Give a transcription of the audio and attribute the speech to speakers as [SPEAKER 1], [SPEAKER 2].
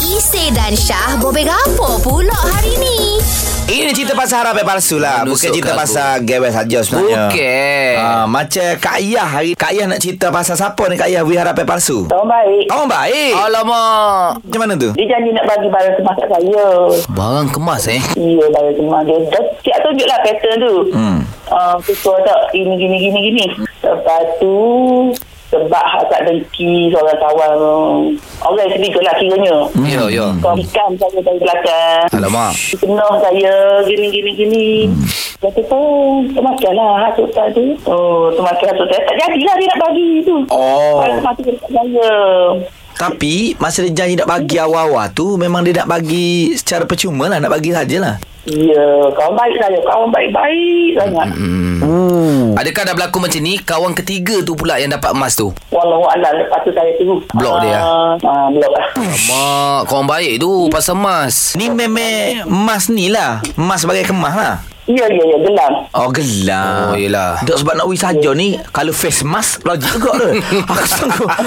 [SPEAKER 1] Isi dan Syah bobek apa pula hari ni?
[SPEAKER 2] Ini cerita pasal harapan palsu lah
[SPEAKER 3] Menusuk
[SPEAKER 2] Bukan cerita
[SPEAKER 3] ke aku.
[SPEAKER 2] pasal gewel saja sebenarnya
[SPEAKER 3] Bukan.
[SPEAKER 2] Ah, Macam Kak Iyah hari Kak Iyah nak cerita pasal siapa ni Kak Iyah Wih harapan palsu
[SPEAKER 4] Orang baik.
[SPEAKER 2] Orang baik
[SPEAKER 3] Alamak.
[SPEAKER 2] Macam mana tu?
[SPEAKER 4] Dia janji nak bagi barang kemas kat saya.
[SPEAKER 3] Barang kemas eh.
[SPEAKER 4] Iya, barang kemas dia. Dah siap tunjuklah pattern tu.
[SPEAKER 2] Hmm.
[SPEAKER 4] Uh, ketua tak ini gini gini gini. Lepas tu sebab akak dengki seorang kawan orang ketiga lah kiranya.
[SPEAKER 3] Hmm. Yo yo.
[SPEAKER 4] Kau saya dari belakang.
[SPEAKER 3] Alamak.
[SPEAKER 4] Kenal saya gini gini gini. Lepas tu oh, lah pun termakanlah hasut tadi. Oh, termakan hasut tadi. Tak jadilah dia nak bagi tu.
[SPEAKER 2] Oh.
[SPEAKER 4] Barang kemas tu dia tak saya.
[SPEAKER 2] Tapi Masa dia janji nak bagi awal-awal tu Memang dia nak bagi Secara percuma lah Nak bagi sajalah
[SPEAKER 4] Ya, kawan baik saya. Kawan baik-baik sangat.
[SPEAKER 2] Ooh.
[SPEAKER 3] Hmm. Adakah dah berlaku macam ni Kawan ketiga tu pula Yang dapat emas tu
[SPEAKER 4] Walau alam lepas tu saya suruh
[SPEAKER 3] Blok dia?
[SPEAKER 4] Ah, ah, Blok lah
[SPEAKER 3] Mak Kawan baik tu Pasal emas
[SPEAKER 2] Ni memang Mas ni lah Mas sebagai kemas lah
[SPEAKER 4] Ya ya ya gelam
[SPEAKER 2] Oh gelap
[SPEAKER 3] Oh, yelah.
[SPEAKER 2] Dok sebab nak wih saja ni Kalau face mask Logik juga tu Aku sanggup